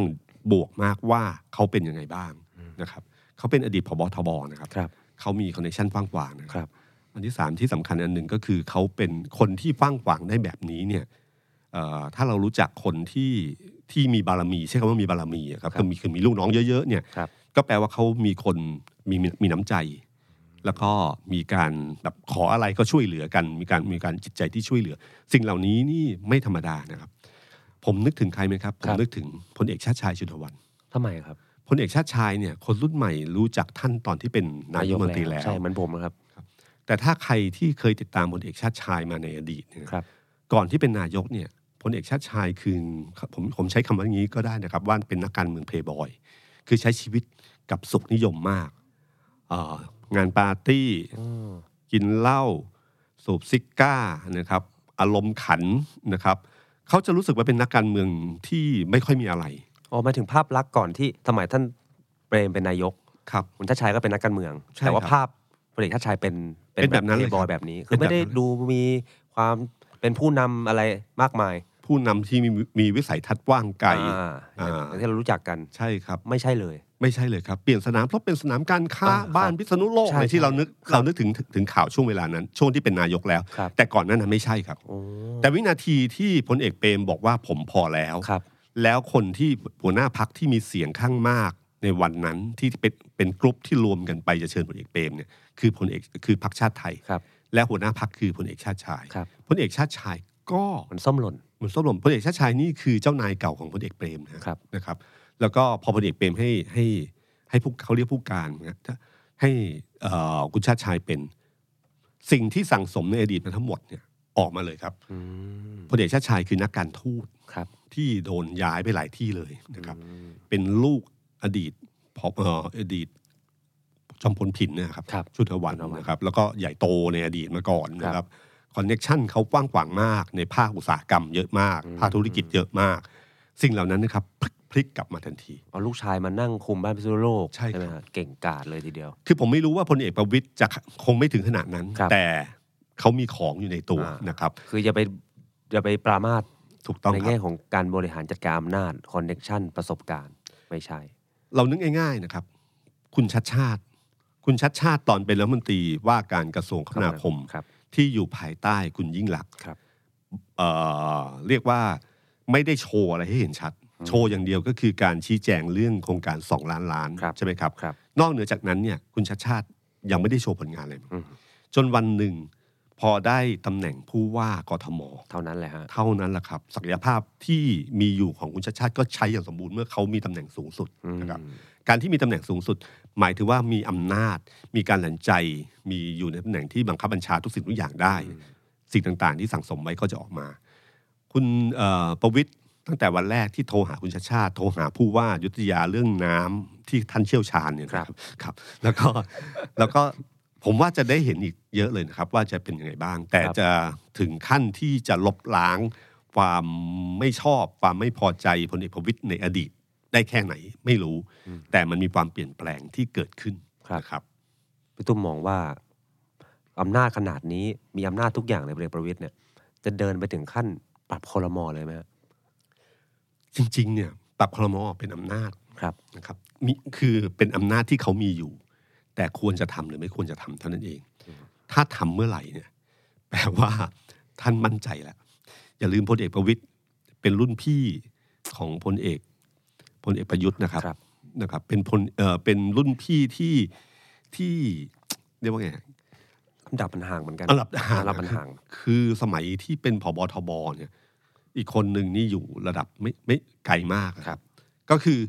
บวกมากว่าเขาเป็นยังไงบ้างนะครับเขาเป็นอดีตผบทบนะครับ ครับ เขามีคอนเนคชั่นกว้างขวางนะค ครั รับ อันที่สามที่สำคัญอันหนึ่งก็คือเขาเป็นคนที่กว้างขวางได้แบบนี้เนี่ยเอ่อถ้าเรารู้จักคนที่ที่มีบารมีใช่คำว่ามีบารมีอะครับคือมีคือมีลูกน้องเยอะๆเนี่ย ครับ ก็แปลว่าเขามีคนมีมีมีน้ำใจ แล้วก็มีการแบบขออะไรก็ช่วยเหลือกัน มีการมีการจิตใจที่ช่วยเหลือ สิ่งเหล่านี้นี่ไม่ธรรมดานะครับ ผมนึกถึงใครไหมครับ ผมครับ นึกถึงพลเอกชาติชายชุนทวัน ทำไมครับ พลเอกชาติชายเนี่ยคนรุ่นใหม่รู้จักท่านตอนที่เป็นนายกรัฐมนตรีแล้ว ใช่เหมือนผมนะครับ แต่ถ้าใครที่เคยติดตามพลเอกชาติชายมาในอดีตเนี่ย ครับ ก่อนที่เป็นนายกเนี่ยพลเอกชาติชายคือผมผมใช้คำว่างี้ก็ได้นะครับ ว่าเป็นนักการเมืองเพลย์บอย คือใช้ชีวิตกับสุขนิยมมากเอ่องานปาร์ตี้ อืม กินเหล้าสูบซิก้านะครับ อารมณ์ขันนะครับ เขาจะรู้สึกว่าเป็นนักการเมืองที่ไม่ค่อยมีอะไร ออกมายถึงภาพลักษณ์ก่อนที่สมัยท่านเปรมเป็นนายก ครับ คุณชาติชายก็เป็นนักการเมือง ใช่ แต่คว่ารับ ภาพพลเอกชาติชายเป็น เป็นแบบนั้นเลย พย์บอคยรับ แบบนี้ เป็น คือไม่ได้ แบบนั้น ดูมีความเป็นผู้นำอะไรมากมาย ผู้นำที่มีมีวิสัยทัศน์กว้างไกล อ่า อ่า อย่างที่เรารู้จักกัน ใช่ครับ ไม่ใช่เลย ไม่ใช่เลยครับ เปลี่ยนสนามเพราะเป็นสนามการค้า อ่าครับ บ้านพิษณุโลก ใช่ อะไรที่เรานึก ครับ เรานึกถึงถึงข่าวช่วงเวลานั้น ช่วงที่เป็นนายกแล้ว ครับ แต่ก่อนนั้นน่ะไม่ใช่ครับ โอ้ แต่วินาทีที่พลเอกเปรมบอกว่าผมพอแล้ว ครับ แล้วคนที่หัวหน้าพักที่มีเสียงข้างมากในวันนั้นที่เป็นเป็นกลุ่มที่รวมกันไปจะเชิญพลเอกเปรมเนี่ยคือพลเอกคือพักชาติไทย ครับ และหัวหน้าพักคือพลเอกชาติชาย ครับ พลเอกชาติชายก็ มันส้มหล่น เหมือนส้มหล่นพลเอกชาติชายนี่คือเจ้านายเก่าของพลเอกเปรมนะครับ นะครับ แล้วก็พอพลเอกเปรมให้ให้ให้ผู้เขาเรียกผู้การนะถ้าให้เอ่อคุณชาติชายเป็นสิ่งที่สั่งสมในอดีตมาทั้งหมดเนี่ยออกมาเลยครับ อืม พลเอกชาติชายคือนักการทูต ครับ ที่โดนย้ายไปหลายที่เลยนะครับ อืม เป็นลูกอดีตพอบเอ่ออดีตจอมพลผินนะครับ ครับ ชุทวัน ชุติวัน นะครับ แล้วก็ใหญ่โตในอดีตมาก่อนนะค ครั รับบ คอนเน็ชันเขากว้างขวางมาก ในภาคอุตสาหกรรมเยอะมาก อืม ภาคธุรกิจเยอะมาก สิ่งเหล่านั้นนะครับพลิกพลิกกลับมาทันที เอาลูกชายมานั่งคุมบ้านพิษณุโลก ใช่ ไหม ครับ ฮะเก่งกาจเลยทีเดียว คือผมไม่รู้ว่าพลเอกประวิตยจะคงไม่ถึงขนาดนั้น ครับ แต่เขามีของอยู่ในตัว อ่าน นะครับ คืออย่าไปอย่าไปปรามาส ถูกต้อง ใน ครั แง่ บ ของการบริหารจัดการอำนาจคอนเน็ชันประสบการณ์ไม่ใช่ เรานึกง่ายๆนะครับ คุณชัดชาติ คุณชัดชาติตอนเป็นรัฐมนตรีว่าการกระทรวงคมนาคม ครับ ที่อยู่ภายใต้คุณยิ่งลักษณ์ ครับ เอ่อเรียกว่าไม่ได้โชว์อะไรให้เห็นชัด อืม โชว์อย่างเดียวก็คือการชี้แจงเรื่องโครงการ 2 ล้านล้าน ครับ ใช่ไหมครับ ครับ นอกเหนือจากนั้นเนี่ยคุณชัดชาติยังไม่ได้โชว์ผลงานเลย อืม จนวันหนึ่งพอได้ตำแหน่งผู้ว่ากทม เท่านั้นแหละฮะ เท่านั้นแหละครับ ศักยภาพที่มีอยู่ของคุณชัดชาติก็ใช้อย่างสมบูรณ์เมื่อเขามีตำแหน่งสูงสุด อืม นะครับ การที่มีตำแหน่งสูงสุด หมายถึงว่ามีอำนาจ มีการหลันใจ มีอยู่ในตำแหน่งที่บังคับบัญชาทุกสิ่งทุกอย่างได้ สิ่งต่างๆ ที่สั่งสมไว้ก็จะออกมา คุณเอ่อประวิทย์ตั้งแต่วันแรกที่โทรหาคุณชาติชาติ โทรหาผู้ว่ายุทธยาเรื่องน้ำที่ท่านเชี่ยวชาญเนี่ยนะครับ ครับ แล้วก็แล้วก็ผมว่าจะได้เห็นอีกเยอะเลยนะครับ ว่าจะเป็นยังไงบ้าง แต่จะถึงขั้นที่จะลบล้าง ความไม่ชอบความไม่พอใจพลเอกประวิตยในอดีต ได้แค่ไหนไม่รู้ แต่มันมีความเปลี่ยนแปลงที่เกิดขึ้น ครับ นะครับ พี่ตุ้มมองว่าอำนาจขนาดนี้มีอำนาจทุกอย่างในพลเอกประวิตยเนี่ย จะเดินไปถึงขั้นปรับคอรมอเลยไหมฮะ จริงๆเนี่ยปรับครมอเป็นอำนาจ ครับ นะครับมีคือเป็นอำนาจที่เขามีอยู่ แต่ควรจะทำหรือไม่ควรจะทำเท่านั้นเอง ถ้าทำเมื่อไหร่เนี่ยแปลว่าท่านมั่นใจแล้ว อย่าลืมพลเอกประวิตยเป็นรุ่นพี่ของพลเอกพลเอกประยุทธ์นะครับ ครับ นะครับ เป็นพลเอ่อเป็นรุ่นพี่ที่ที่ เรียกว่าไง ลำดับมันห่างเหมือนกัน อันดับห่าง ลำดับมันห่าง คือสมัยที่เป็นผบทบเนี่ยอีกคนหนึ่งนี่อยู่ระดับไม่ไม่ไกลมากอะ ครับ ก็คือ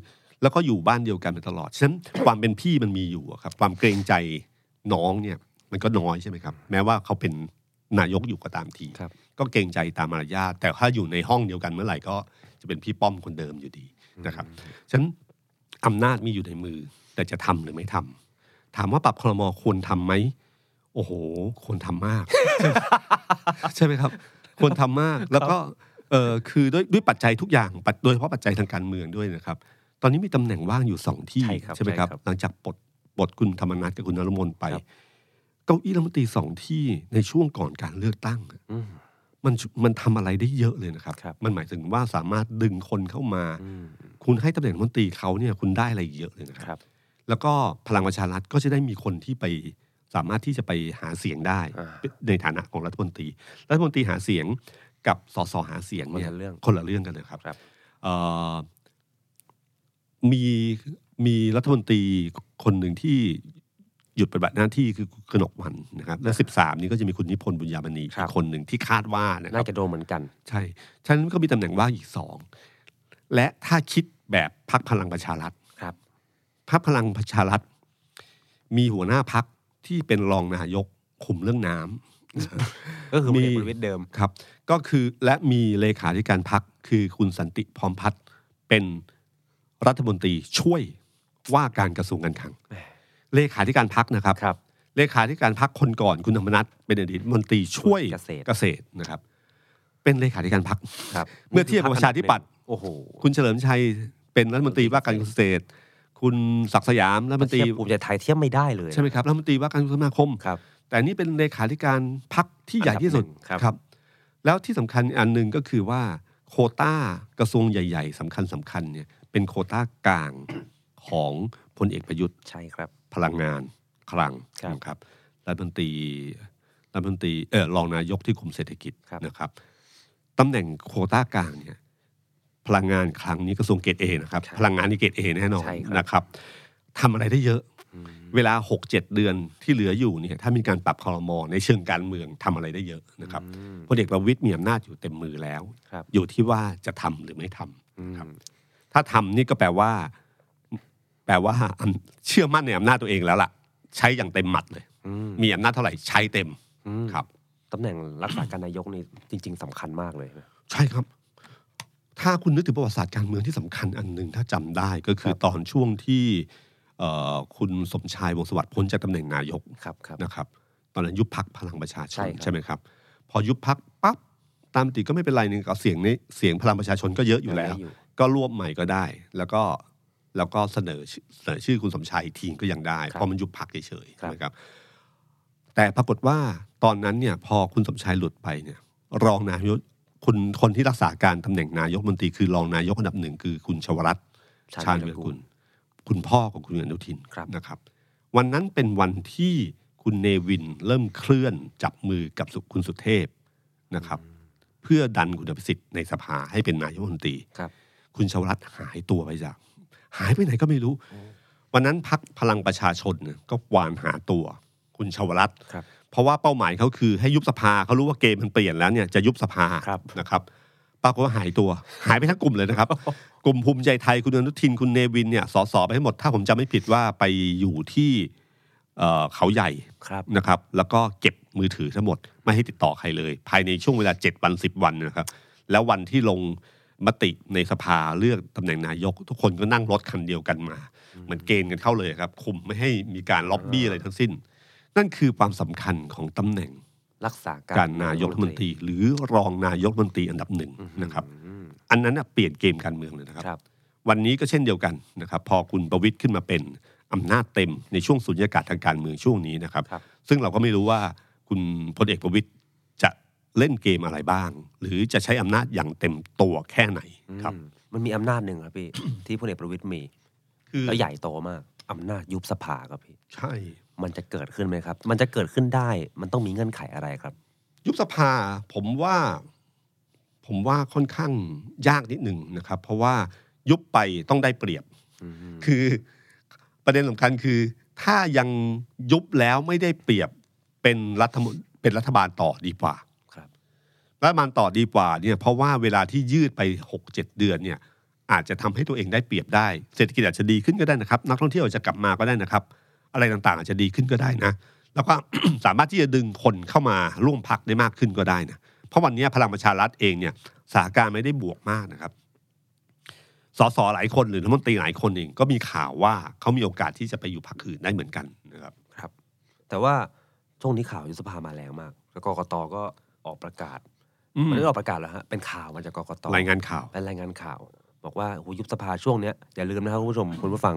แล้วก็อยู่บ้านเดียวกันมาตลอด ฉะนั้น ความเป็นพี่มันมีอยู่อะครับ ความเกรงใจน้องเนี่ย มันก็น้อยใช่ไหมครับ แม้ว่าเขาเป็นนายกอยู่ก็ตามที ครับ ก็เกรงใจตามมารยาทแต่ถ้าอยู่ในห้องเดียวกันเมื่อไหร่ก็จะเป็นพี่ป้อมคนเดิมอยู่ดีนะครับ ฉะนั้นอำนาจมีอยู่ในมือ แต่จะทำหรือไม่ทำถามว่าปรับคลมควรทำไหมโอ้โห ควรทำมาก ใช่ไหมครับ ควรทำมากแล้วก็เออคือด้วยด้วยปัจจัยทุกอย่างปัจโดยเฉพาะปัจจัยทางการเมืองด้วยนะครับ ตอนนี้มีตำแหน่งว่างอยู่สองที่ ใช่ครับ ไหมครับ ใช่ครับ หลังจากปลดปลดคุณธรรมนัฐกับคุณนรมนไป ครับ เก้าอี้รัฐมนตรีสองที่ในช่วงก่อนการเลือกตั้ง อืม มันมันทำอะไรได้เยอะเลยนะครับ ครับ มันหมายถึงว่าสามารถดึงคนเข้ามา อืม คุณให้ตำแหน่งรัฐมนตรีเขาเนี่ยคุณได้อะไรเยอะเลยนะค ครับ รับ แล้วก็พลังประชารัฐก็จะได้มีคนที่ไปสามารถที่จะไปหาเสียงได้ อ่า ในฐานะของรัฐมนตรี รัฐมนตรีหาเสียงกับสสหาเสียง คน เนี่ย ละเรื่อง คนละเรื่องกันเลยครับ ครับ เอ่อมีมีรัฐมนตรีคนหนึ่งที่หยุดปฏิบัติหน้าที่คือกนกวันนะครับ และ 13 นี้ก็จะมีคุณนิพนธ์บุญญามณีอีกคนหนึ่งที่คาดว่านะครั น่า บ จะโดนเหมือนกัน ใช่ฉะนันก็มีตำแหน่งว่างอีกสอง และถ้าคิดแบบพักพลังประชารัฐ ครับ พักพลังประชารัฐ มีหัวหน้าพักที่เป็นรองนายกคุมเรื่องน้ำ ก็คือพ มี ลเอกประวิตยเดิม ครับ ก็คือและมีเลขาธิการพักคือคุณสันติพร้อมพัฒน์เป็นรัฐมนตรีช่วยว่าการกระทรวงการคลัง แหม่ เลขาธิการพักนะครับ ครับ เลขาธิการพักคนก่อนคุณธรรมนัฐเป็นอดีตรัฐมนตรีช่วย เกษตร เกษตรนะครับ เป็นเลขาธิการพัก ครับ เมื่อเทียบกับประชาธิปัตย์ โอ้โห คุณเฉลิมชัยเป็นรัฐมนตรีว่าการกระทรวงเกษตร คุณศักดิ์สยามรัฐมนตรี เทียบภูมิใจไทยเทียบไม่ได้เลย ใช่ไหมครับรัฐมนตรีว่าการกระทรวงคมนาคม ครับ แต่อันนี่เป็นเลขาธิการพักที่ใหญ่ที่สุด อันดับหนึ่งครับ แล้วที่สำคัญอันหนึ่งก็คือว่า โควต้ากระทรวงใหญ่ ๆสำคัญสคัญๆเนี่ยเป็นโควต้ากลาง ของพลเอกประยุทธ์ ใช่ครับ พลังงานคลัง ครับ นะครับรัฐมนตรีรัฐมนตรีเออรองนายกที่คุมเศรษฐกิจนะครับตำแหน่งโควต้ากลางเนี่ยพลังงานคลังนี้กระทรวงเกตเอนะครับ พลังงานนี่เกตเอแน่นอน ใช่ครับ นะครับทำอะไรได้เยอะ เวลา 6 7 เดือนที่เหลืออยู่เนี่ยถ้ามีการปรับคอรมอในเชิงการเมืองทำอะไรได้เยอะนะครับพลเอกประวิตยมีอำนาจอยู่เต็มมือแล้ว ครับ อยู่ที่ว่าจะทำหรือไม่ทำ อืม ถ้าทำนี่ก็แปลว่า แปลว่าอำเชื่อมั่นในอำนาจตัวเองแล้วล่ะ ใช้อย่างเต็มหมัดเลย อืม มีอำนาจเท่าไหร่ใช้เต็ม อืม ครับ ตำแหน่งรักษาการนายกนี่จริง ๆสำคัญมากเลยนะ ใช่ครับ ถ้าคุณนึกถึงประวัติศาสตร์การเมืองที่สำคัญอันหนึ่งถ้าจำได้ก็คือตอนช่วงที่เอ่อคุณสมชายวงศ์สวัสดิ์พ้นจากตำแหน่งนายก ครับครับ นะครับ ตอนนั้นยุบพักพลังประชาช ใช่ น ครับ ไหมครับ พอยุบพักปั๊บตามปกติก็ไม่เป็นไรนึงเอาเสียงนี้เสียงพลังประชาชนก็เยอะอยู่แล้ว งไม่อยู่ ก็รวบใหม่ก็ได้ แล้วก็แล้วก็เสนอชื่อเสนอชื่อคุณสมชายอีกทีก็ยังได้เพราะมันยุบพักเฉยๆนะครับ แต่ปรากฏว่าตอนนั้นเนี่ย พอคุณสมชายหลุดไปเนี่ย รองนายกคุณคนที่รักษาการตำแหน่งนายกมนตรีคือรองนายกอันดับหนึ่งคือคุณชวรัตน์ชาญวิรกุลคุณพ่อของคุณอนุทิน ครับ นะครับ วันนั้นเป็นวันที่คุณเนวินเริ่มเคลื่อนจับมือกับสุคุณสุเทพนะครับ เพื่อดันคุณอภิสิทธิ์ในสภาให้เป็นนายกมนตรี ครับ คุณชวรัตน์หายตัวไปจาก หายไปไหนก็ไม่รู้ วันนั้นพักพลังประชาชนเนี่ยก็ควานหาตัว คุณชวรัตน์ ครับ เพราะว่าเป้าหมายเขาคือให้ยุบสภาเขารู้ว่าเกมมันเปลี่ยนแล้วเนี่ยจะยุบสภา ครับ นะครับปรากฏว่าหายตัว หายไปทั้งกลุ่มเลย นะครับ กลุ่มภูมิใจไทยคุณอนุทินคุณเนวินเนี่ยสอสอไปให้หมดถ้าผมจำไม่ผิดว่าไปอยู่ที่เอ่อเขาใหญ่ ครับ นะครับแล้วก็เก็บมือถือทั้งหมด ไม่ให้ติดต่อใครเลย ภายในช่วงเวลา 7 วัน 10 วันนะครับ แล้ววันที่ลงมติในสภาเลือกตำแหน่งนายก ทุกคนก็นั่งรถคันเดียวกันมา เหมือนเกณฑ์กันเข้าเลยครับคุมไม่ให้มีการล็อบบี้อะไรทั้งสิ้น นั่นคือความสำคัญของตำแหน่ง รักษาการ การนายกรัฐมนตรี หรือรองนายกรัฐมนตรีอันดับหนึ่งนะครับ อืม อันนั้นน่ะเปลี่ยนเกมการเมืองเลยนะครับ ครับ วันนี้ก็เช่นเดียวกันนะครับพอคุณประวิตยขึ้นมาเป็นอำนาจเต็มในช่วงสุญญากาศทางการเมืองช่วงนี้นะครับ ครับ ซึ่งเราก็ไม่รู้ว่าคุณพลเอกประวิตยจะเล่นเกมอะไรบ้าง หรือจะใช้อำนาจอย่างเต็มตัวแค่ไหนครับ อืมมันมีอำนาจหนึ่งครับพี่ ที่พลเอกประวิตยมี คือ แล้วใหญ่โตมากอำนาจยุบสภาครับพี่ ใช่ มันจะเกิดขึ้นไหมครับ มันจะเกิดขึ้นได้มันต้องมีเงื่อนไขอะไรครับ ยุบสภาผมว่าผมว่าค่อนข้างยากนิดหนึ่งนะครับ เพราะว่ายุบไปต้องได้เปรียบ คือประเด็นสำคัญคือ ถ้ายังยุบแล้วไม่ได้เปรียบเป็นรัฐมนเป็นรัฐบาลต่อดีกว่า ครับ รัฐบาลต่อดีกว่าเนี่ยเพราะว่าเวลาที่ยืดไป6กเเดือนเนี่ยอาจจะทำให้ตัวเองได้เปรียบได้ เศรษฐกิจอาจจะดีขึ้นก็ได้นะครับ นักท่องเที่ยวอาจจะกลับมาก็ได้นะครับ อะไรต่างๆ อาจจะดีขึ้นก็ได้นะ แล้วก็ สามารถที่จะดึงคนเข้ามาร่วมพักได้มากขึ้นก็ได้นะเพราะวันนี้พลังประชารัฐเองเนี่ยสถานการณ์ไม่ได้บวกมากนะครับสสหลายคนหรือรัฐมนตรีหลายคนเองก็มีข่าวว่าเขามีโอกาสที่จะไปอยู่พรรคอื่นได้เหมือนกันนะครับ ครับ แต่ว่าช่วงนี้ข่าวยุบสภามาแรงมาก แล้วกกตก็ออกประกาศ อืม มันไม่ได้ออกประกาศแล้วฮะเป็นข่าวมาจากกกต รายงานข่าว เป็นรายงานข่าว บอกว่าโอ้โหยุบสภาช่วงเนี้ยอย่าลืมนะครับคุณผู้ชมคุณผู้ฟัง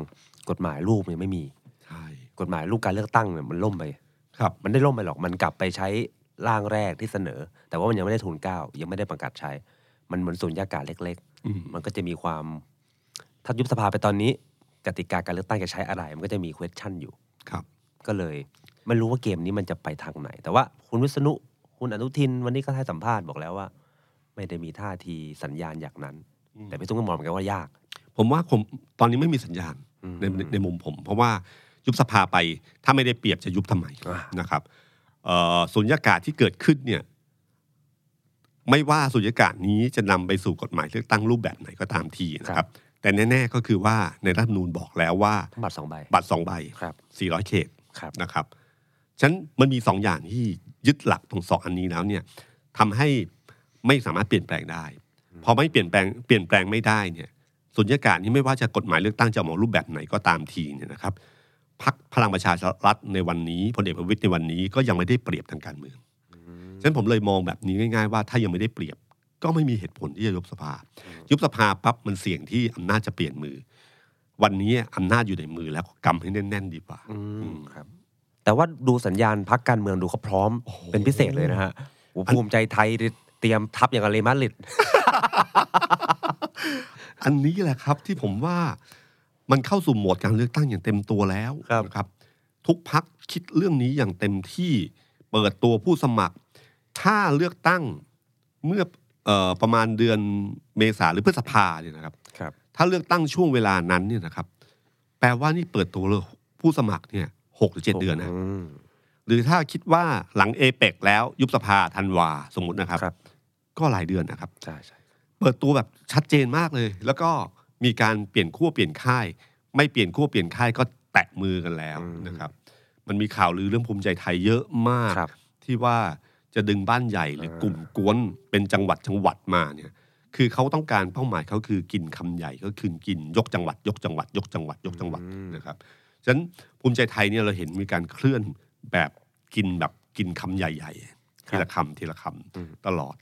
กฎหมายลูกเนี่ยไม่มี ใช่ กฎหมายลูกการเลือกตั้งเนี่ยมันล่มไป ครับ มันได้ล่มไปหรอก มันกลับไปใช้ร่างแรกที่เสนอ แต่ว่ามันยังไม่ได้ทุนเกล้ายังไม่ได้ประกาศใช้ มันเหมือนสุญญากาศเล็ก อืม ๆ มันก็จะมีความ ถ้ายุบสภาไปตอนนี้ กติกาการเลือกตั้งจะใช้อะไร มันก็จะมี question อยู่ ครับ ก็เลยไม่รู้ว่าเกมนี้มันจะไปทางไหน แต่ว่าคุณวิษณุ คุณอนุทินวันนี้ก็ให้สัมภาษณ์บอกแล้วว่า ไม่ได้มีท่าทีสัญญาณอย่างนั้น แต่พี่ตุ้งก็มองเหมือนกันว่ายาก ผมว่าผมตอนนี้ไม่มีสัญญาณ อืม ในในในมุมผม เพราะว่ายุบสภาไปถ้าไม่ได้เปรียบจะยุบทำไม อ่าน นะครับเอ่อสุญญากาศที่เกิดขึ้นเนี่ย ไม่ว่าสุญญากาศนี้จะนำไปสู่กฎหมายเลือกตั้งรูปแบบไหนก็ตามทีนะครับ แต่แน่ ๆ ก็คือว่าในรัฐธรรมนูญบอกแล้วว่า ทั้งบัตรสองใบ บัตรสองใบ ครับ 400 เขต ครับ นะครับ ฉะนั้นมันมีสองอย่างที่ยึดหลักตรงสองอันนี้แล้วเนี่ยทำให้ไม่สามารถเปลี่ยนแปลงได้ พอไม่เปลี่ยนแปลงเปลี่ยนแปลงไม่ได้เนี่ยสุญญากาศนี่ไม่ว่าจะกฎหมายเลือกตั้งจะออกมารูปแบบไหนก็ตามทีเนี่ยนะครับพักพลังประชารัฐในวันนี้พลเอกประวิตยในวันนี้ก็ยังไม่ได้เปรียบทางการเมือง ฉะนั้นผมเลยมองแบบนี้ง่าย ๆ ว่าถ้ายังไม่ได้เปรียบก็ไม่มีเหตุผลที่จะยุบสภา ยุบสภาปั๊บมันเสี่ยงที่อำนาจจะเปลี่ยนมือ วันนี้อำนาจอยู่ในมือแล้วก็กำให้แน่นๆดีกว่า อืมครับแต่ว่าดูสัญญาณพักการเมืองดูเขาพร้อมเป็นพิเศษเลยนะฮะโอ้โหภูมิใจไทย เตรียมทับอย่างกับเรอัลมาดริด อันนี้แหละครับที่ผมว่ามันเข้าสู่โหมดการเลือกตั้งอย่างเต็มตัวแล้ว ครับ นะครับ ทุกพักคิดเรื่องนี้อย่างเต็มที่เปิดตัวผู้สมัคร ถ้าเลือกตั้งเมื่อเอ่อประมาณเดือนเมษาหรือพฤษภาเนี่ยนะครับ ครับ ถ้าเลือกตั้งช่วงเวลานั้นเนี่ยนะครับ แปลว่านี่เปิดตัวผู้สมัครเนี่ยหกหรือเจ็ดเดือนนะ หรือถ้าคิดว่าหลังเอเปกแล้วยุบสภาธันวาสมมตินะครับ ครับ ก็หลายเดือนนะครับ ใช่ใช่ เปิดตัวแบบชัดเจนมากเลย แล้วก็มีการเปลี่ยนขั้วเปลี่ยนค่าย ไม่เปลี่ยนขั้วเปลี่ยนค่ายก็แตะมือกันแล้วนะครับ มันมีข่าวลือเรื่องภูมิใจไทยเยอะมาก ครับ ที่ว่าจะดึงบ้านใหญ่หรือกลุ่มกวนเป็นจังหวัดจังหวัดมาเนี่ย คือเขาต้องการเป้าหมายเขาคือกินคำใหญ่ก็คือกินยกจังหวัด ยกจังหวัด ยกจังหวัดยกจังหวัด อืม นะครับฉะนั้นภูมิใจไทยเนี่ยเราเห็นมีการเคลื่อนแบบกินแบบกินคำใหญ่ๆทีละคำทีละคำตลอด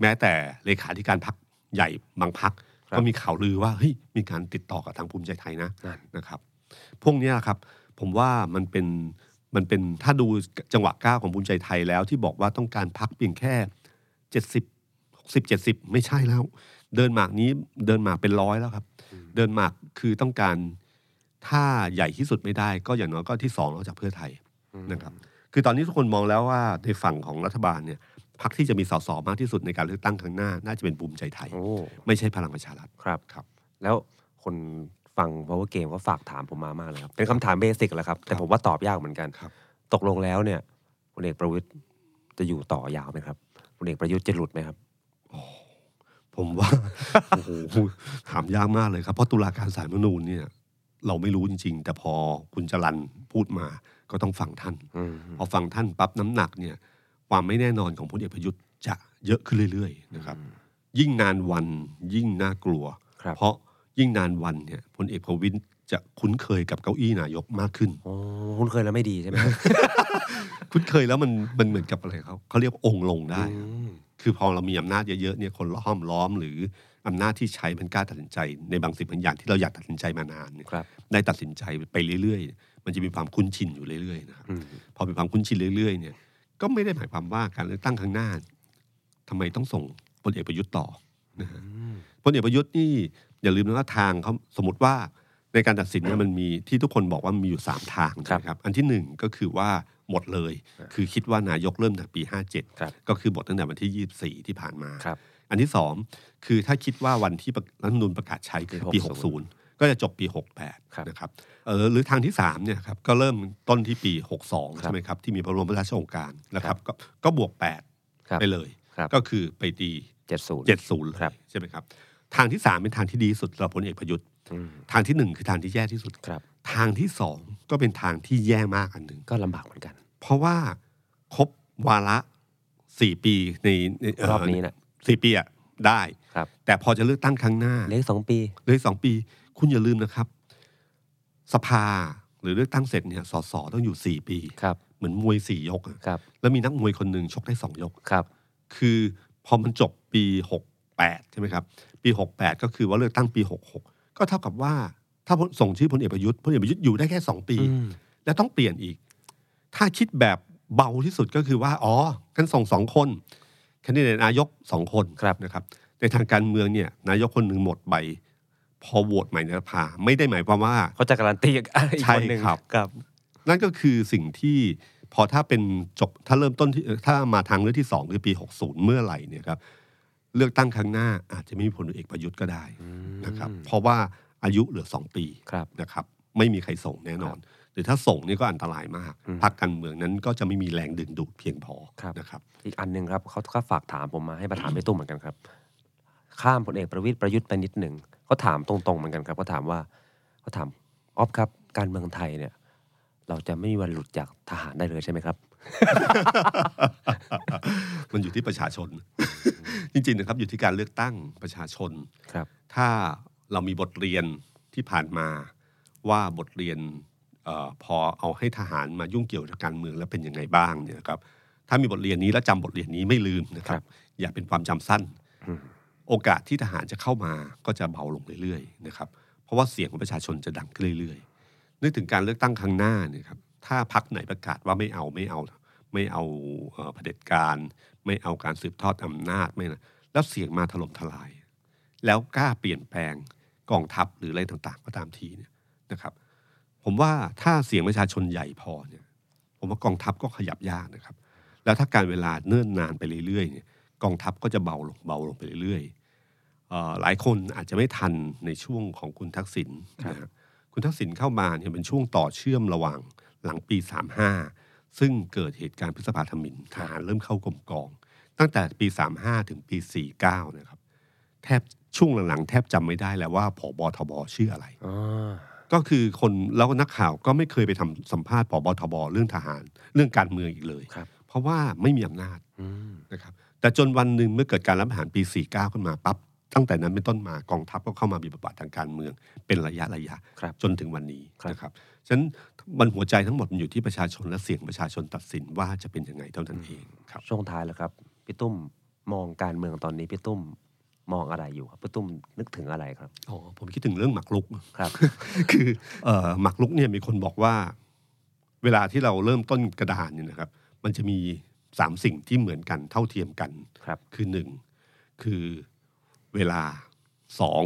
แม้แต่เลขาธิการพักใหญ่บางพักก็มีข่าวลือว่าเฮ้ยมีการติดต่อกับทางภูมิใจไทยนะ นั่น นะครับ พวกเนี้ยครับ ผมว่ามันเป็นมันเป็นถ้าดูจังหวะก้าวของภูมิใจไทยแล้วที่บอกว่าต้องการพักเพียงแค่เจ็ดสิบหกสิบเจ็ดสิบไม่ใช่แล้ว เดินหมากนี้เดินหมากเป็นร้อยแล้วครับ เดินหมากคือต้องการถ้าใหญ่ที่สุดไม่ได้ ก็อย่างน้อยก็ที่สองนอกจากเพื่อไทยนะครับ คือตอนนี้ทุกคนมองแล้วว่าในฝั่งของรัฐบาลเนี่ยพักที่จะมีสสมากที่สุดในการเลือกตั้งครั้งหน้า น่าจะเป็นภูมิใจไทย โอ้ ไม่ใช่พลังประชารัฐ ครับ ครับ แล้วคนฟัง power game ก็ฝากถามผมมามากเลยครับ เป็นคำถามเบสิกแหละครับ แต่ผมว่าตอบยากเหมือนกัน ครับ ตกลงแล้วเนี่ยพลเอกประวิทย์จะอยู่ต่อยาวไหมครับพลเอกประยุทธ์จะหลุดไหมครับ ผมว่า โอ้โหถามยากมากเลยครับ เพราะตุลาการสาลรฐธรรมนูญเนี่ย เราไม่รู้จริง ๆ แต่พอคุณจรันพูดมาก็ต้องฟังท่าน อืม พอฟังท่านปั๊บน้ำหนักเนี่ย ความไม่แน่นอนของพลเอกประยุทธ์จะเยอะขึ้นเรื่อยๆนะครับ ยิ่งนานวันยิ่งน่ากลัว ครับ เพราะยิ่งนานวันเนี่ยพลเอกประวินจะคุ้นเคยกับเก้าอี้นายกมาก ขึ้น โอ้คุณเคยแล้วไม่ดีใช่ไหมครับ คุ้นเคยแล้วมันมันเหมือนกับอะไรเขาเขาเรียกองค์ลงได้ อืม คือพอเรามีอำนาจเยอะๆเนี่ยคนห้อมล้อมหรืออำนาจที่ใช้มันกล้าตัดสินใจ ในบางสิ่งบางอย่างที่เราอยากตัดสินใจมานานเนี่ย ครับ ได้ตัดสินใจไปเรื่อยๆ มันจะมีความคุ้นชินอยู่เรื่อยๆนะครับพอมีความคุ้นชินเรื่อยๆเนี่ยก็ไม่ได้หมายความว่าการเลือกตั้งครั้งหน้าทำไมต้องส่งพลเอกประยุทธ์ต่อนะฮะพลเอกประยุทธ์นี่อย่าลืมนะว่าทางเขาสมมติว่าในการตัดสินเนี่ยมันมีที่ทุกคนบอกว่ามีอยู่สามทางใช่ไหมครับอันที่หนึ่งก็คือว่าหมดเลย คือคิดว่านายกเริ่มตั้งแต่ปี57 ครับ ก็คือหมดตั้งแต่วันที่ 24 ที่ผ่านมา ครับ อันที่สองคือถ้าคิดว่าวันที่ประรัฐธรรมนูญประกาศใช้คือปี 60 60 ก็จะจบปี ครับ 68 นะครับเอ่อหรือทางที่3เนี่ยครับก็เริ่มต้นที่ปี 62 ใช่ไหมครับ ที่มีพระบรมราชโองการนะครับก็ก็บวก ครั8บไปเลย ครับ ก็คือไปตี เจ็ดศูนย์ 70เลย ครับ ใช่ไหมครับ ทางที่ 3 เป็นทางที่ดีที่สุดสำหรับพลเอกประยุทธ์ อืม ทางทีหนึ่1 คือทางที่แย่ที่สุด ครับ ทางที่ 2 ก็เป็นทางที่แย่มากอันหนึ่ง ก็ลำบากเหมือนกัน เพราะว่าครบวาระสี่ปีในในเ รอบนี้นะ สี่ปีอะได้ ครับ แต่พอจะเลือกตั้งครั้งหน้า เหลืออกสองปี เหลยสองปี คุณอย่าลืมนะครับ สภาหรือเลือกตั้งเสร็จเนี่ยสสต้องอยู่สี่ปี ครับ เหมือนมวยสี่ยกอะ ครับ แล้วมีนักมวยคนหนึ่งชกได้สองยก ครับ คือพอมันจบปีหกแปดใช่ไหมครับ ปีหกแปดก็คือว่าเลือกตั้งปีหกหกก็เท่ากับว่าถ้าส่งชื่อพลเอกประยุทธ์พลเอกประยุทธ์อยู่ได้แค่สองปี อืม และต้องเปลี่ยนอีก ถ้าคิดแบบเบาที่สุดก็คือว่า อ๋อกันส่งสองคนแคนดิเดตนายกสองคนนะครับ ในทางการเมืองเนี่ย นายกคนหนึ่งหมดใบ พอโหวตใหม่ในสภาไม่ได้หมายความว่า เขาจะการันตีอีก อีก ใช่ คนหนึ่ง ครับ ครับ นั่นก็คือสิ่งที่พอถ้าเป็นจบถ้าเริ่มต้นที่เอ่อถ้ามาทางเลือกที่สองคือปี 60 เมื่อไหร่เนี่ยครับเลือกตั้งครั้งหน้าอาจจะไม่มีพลเอกประยุทธ์ก็ได้นะครับ เพราะว่าอายุเหลือสองปี ครับ นะครับไม่มีใครส่งแน่นอน หรือถ้าส่งเนี่ยก็อันตรายมาก พรรคการเมืองนั้นก็จะไม่มีแรงดึงดูดเพียงพอ ครับ นะครับ อีกอันหนึ่งครับเขาก็ฝากถามผมมาให้มาถามพี่ตุ้มเหมือนกันครับ ข้ามพลเอกประวิตยประยุทธ์ไปนิดหนึ่งเขาถามตรงๆเหมือนกันครับเขาถามว่าเขาถามออฟครับ การเมืองไทยเนี่ย เราจะไม่มีวันหลุดจากทหารได้เลยใช่ไหมครับ มันอยู่ที่ประชาชน จริงๆนะครับอยู่ที่การเลือกตั้งประชาชน ครับ ถ้าเรามีบทเรียนที่ผ่านมาว่าบทเรียนเออพอเอาให้ทหารมายุ่งเกี่ยวกับการเมืองแล้วเป็นยังไงบ้างเนี่ยนะครับถ้ามีบทเรียนนี้และจำบทเรียนนี้ไม่ลืมนะครั ครับ บ อย่าเป็นความจำสั้น โอกาสที่ทหารจะเข้ามาก็จะเบาลงเรื่อยๆนะครับเพราะว่าเสียงของประชาชนจะดังขึ้นเรื่อยๆนึกถึงการเลือกตั้งครั้งหน้าเนี่ยครับถ้าพักไหนประกาศว่าไม่เอาไม่เอา ไม่เอาเอ่อเผด็จการ ไม่เอาการสืบทอดอำนาจไม่นะแล้วเสียงมาถล่มทลาย แล้วกล้าเปลี่ยนแปลงกองทัพหรืออะไรต่างๆ ก็ตามทีเนี่ยนะครับ ผมว่าถ้าเสียงประชาชนใหญ่พอเนี่ย ผมว่ากองทัพก็ขยับยากนะครับ แล้วถ้าการเวลาเนิ่นนานไปเรื่อยๆเนี่ยกองทัพก็จะเบาลงเบาลงไปเรื่อยๆเอ่อหลายคนอาจจะไม่ทันในช่วงของคุณทักษิณนะฮะคุณทักษิณเข้ามาเนี่ยเป็นช่วงต่อเชื่อมระหว่างหลังปี 35 ซึ่งเกิดเหตุการณ์พฤษภาธมิญทหารเริ่มเข้ากรมกอง ตั้งแต่ปี 35 ถึงปี 49 นะครับ แทบช่วงหลังๆ แทบจำไม่ได้แล้วว่าผบทบชื่ออะไร อ่า ก็คือคนแล้วก็นักข่าวก็ไม่เคยไปทำสัมภาษณ์ผบทบเรื่องทหาร เรื่องการเมืองอีกเลย ครับ เพราะว่าไม่มีอำนาจ อืม นะครับแต่จนวันหนึ่งเมื่อเกิดการรัฐประหารปี 49 ขึ้นมาปั๊บตั้งแต่นั้นเป็นต้นมากองทัพก็เข้ามามีบทบาททางการเมืองเป็นระยะระยะ ครับ จนถึงวันนี้ ครับ นะครับฉะนั้นมันหัวใจทั้งหมดมันอยู่ที่ประชาชนและเสียงประชาชนตัดสินว่าจะเป็นยังไงเท่านั้นเองครับ ช่วงท้ายแล้วครับพี่ตุ้มมองการเมืองตอนนี้พี่ตุ้มมองอะไรอยู่ครับพี่ตุ้มนึกถึงอะไรครับ อ๋อผมคิดถึงเรื่องหมากรุก ครับ คือเอ่อหมากรุกเนี่ยมีคนบอกว่า เวลาที่เราเริ่มต้นกระดานเนี่ยนะครับ มันจะมีสามสิ่งที่เหมือนกันเท่าเทียมกัน ครับ คือหนึ่งคือเวลาสอง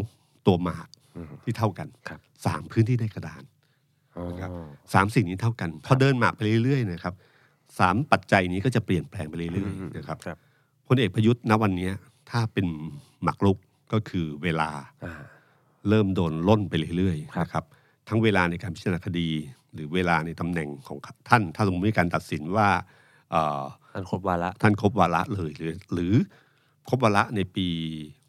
ตัวหมาก อืม ที่เท่ากัน ครับ สามพื้นที่ในกระดาน อ๋อ นะครับ สามสิ่งนี้เท่ากันพอเดินหมากไปเรื่อยๆนะครับสามปัจจัยนี้ก็จะเปลี่ยนแปลงไปเรื่อย อืม ๆนะครับ ครับ พลเอกประยุทธ์ณวันเนี้ยถ้าเป็นหมากรุกก็คือเวลา อ่า เริ่มโดนล่นไปเรื่อย คๆรับ นะครับทั้งเวลาในการพิจารณาคดี หรือเวลาในตำแหน่งของท่าน ถ้าสมมติมีการตัดสินว่าเอ่อ อันครบวาระ ท่านครบวาระเลยหรือหรือครบวาระในปี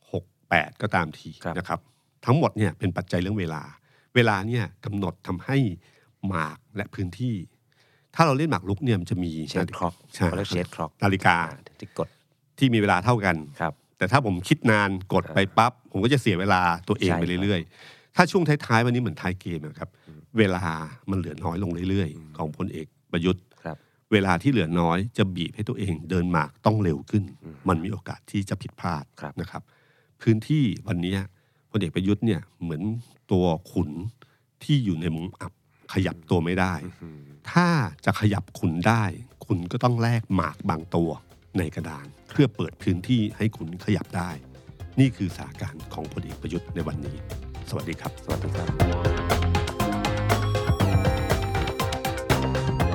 68 ก็ตามที ครับ นะครับ ทั้งหมดเนี่ยเป็นปัจจัยเรื่องเวลา เวลาเนี่ยกำหนดทำให้หมากและพื้นที่ ถ้าเราเล่นหมากลุกเนี่ยมันจะมี เชดคล็อก ใช่ เขาเรียกเชดคล็อก นาฬิกา ที่กด ที่มีเวลาเท่ากัน ครับ แต่ถ้าผมคิดนานกดไปปั๊บ ผมก็จะเสียเวลาตัวเอง ใช่ค ไป รับ เรื่อยๆ ถ้าช่วงท้ายๆ วันนี้เหมือนท้ายเกมอะครับ เวลามันเหลือน้อยลงเรื่อยๆ ของพลเอกประยุทธ์ ครับ เวลาที่เหลือน้อยจะบีบให้ตัวเองเดินหมากต้องเร็วขึ้น มันมีโอกาสที่จะผิดพลาด ครับ นะครับ พื้นที่วันนี้พลเอกประยุทธ์เนี่ยเหมือนตัวขุนที่อยู่ในมุมอับขยับตัวไม่ได้ ถ้าจะขยับขุนได้ คุณก็ต้องแลกหมากบางตัวในกระดาน เพื่อเปิดพื้นที่ให้ขุนขยับได้ นี่คือสถานการณ์ของพลเอกประยุทธ์ในวันนี้ สวัสดีครับ สวัสดีครับ